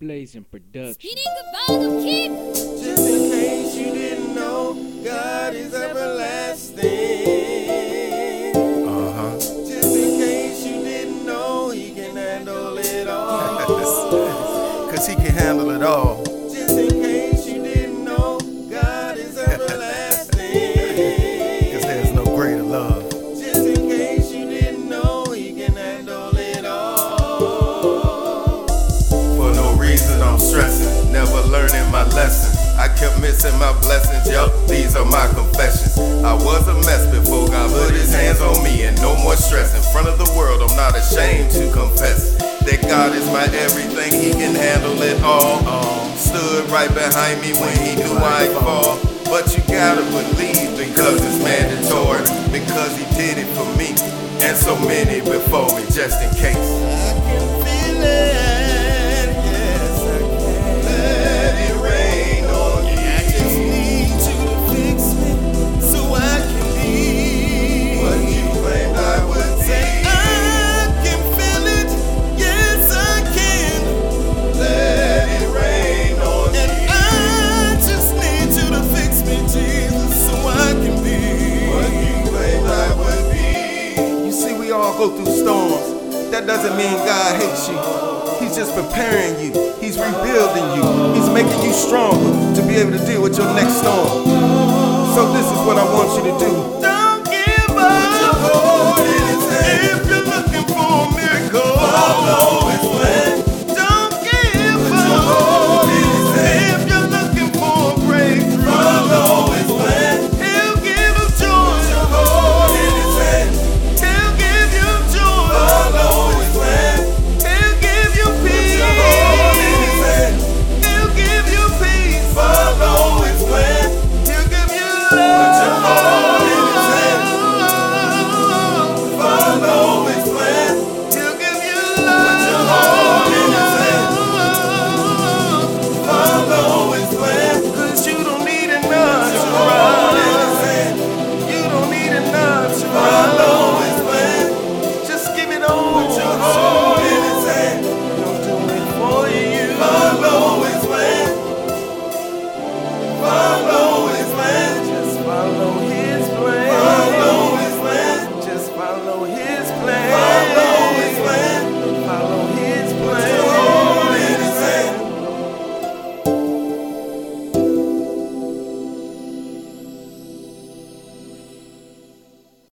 Blazing Production. Just in case you didn't know, God is everlasting. Uh huh. Just in case you didn't know, He can handle it all. Cause he can handle it all. Just in case you didn't know, God is Cause everlasting. there's no greater love. Just in case you didn't know, He can handle it all. For no reason, I'm stressing. Never learning my lesson. I kept missing my blessings. Yup, these are my confessions. I was a mess before God put his hands on me, and no more stress. In front of the world, I'm not ashamed to confess that God is my everything. He can handle it all. Um, Stood right behind me when he knew I'd fall. But you gotta believe because it's mandatory. Because he did it for me and so many before me, just in case. I can feel it, yes I can. Let it rain on you. I just need you to fix me so I can be What you claimed I would Say I can feel it, yes I can. Let it rain on And I just need you to fix me, Jesus, so I can be What you claimed I would be. You see, we all go through storms. That doesn't mean God hates you. He's just preparing you. He's rebuilding you. He's making you stronger to be able to deal with your next storm. So this is what I want you to do. Don't give up. If you're looking for a miracle, follow His plan. Don't give up. If you're looking for a breakthrough, follow His plan. He'll give you joy. He'll give you joy. He'll give you peace. He'll give you peace. He'll give you love. He'll give you love. Cause you don't need enough to run. You don't need enough to run. Just give it all. Don't do it for you. Just follow his plan. Just follow his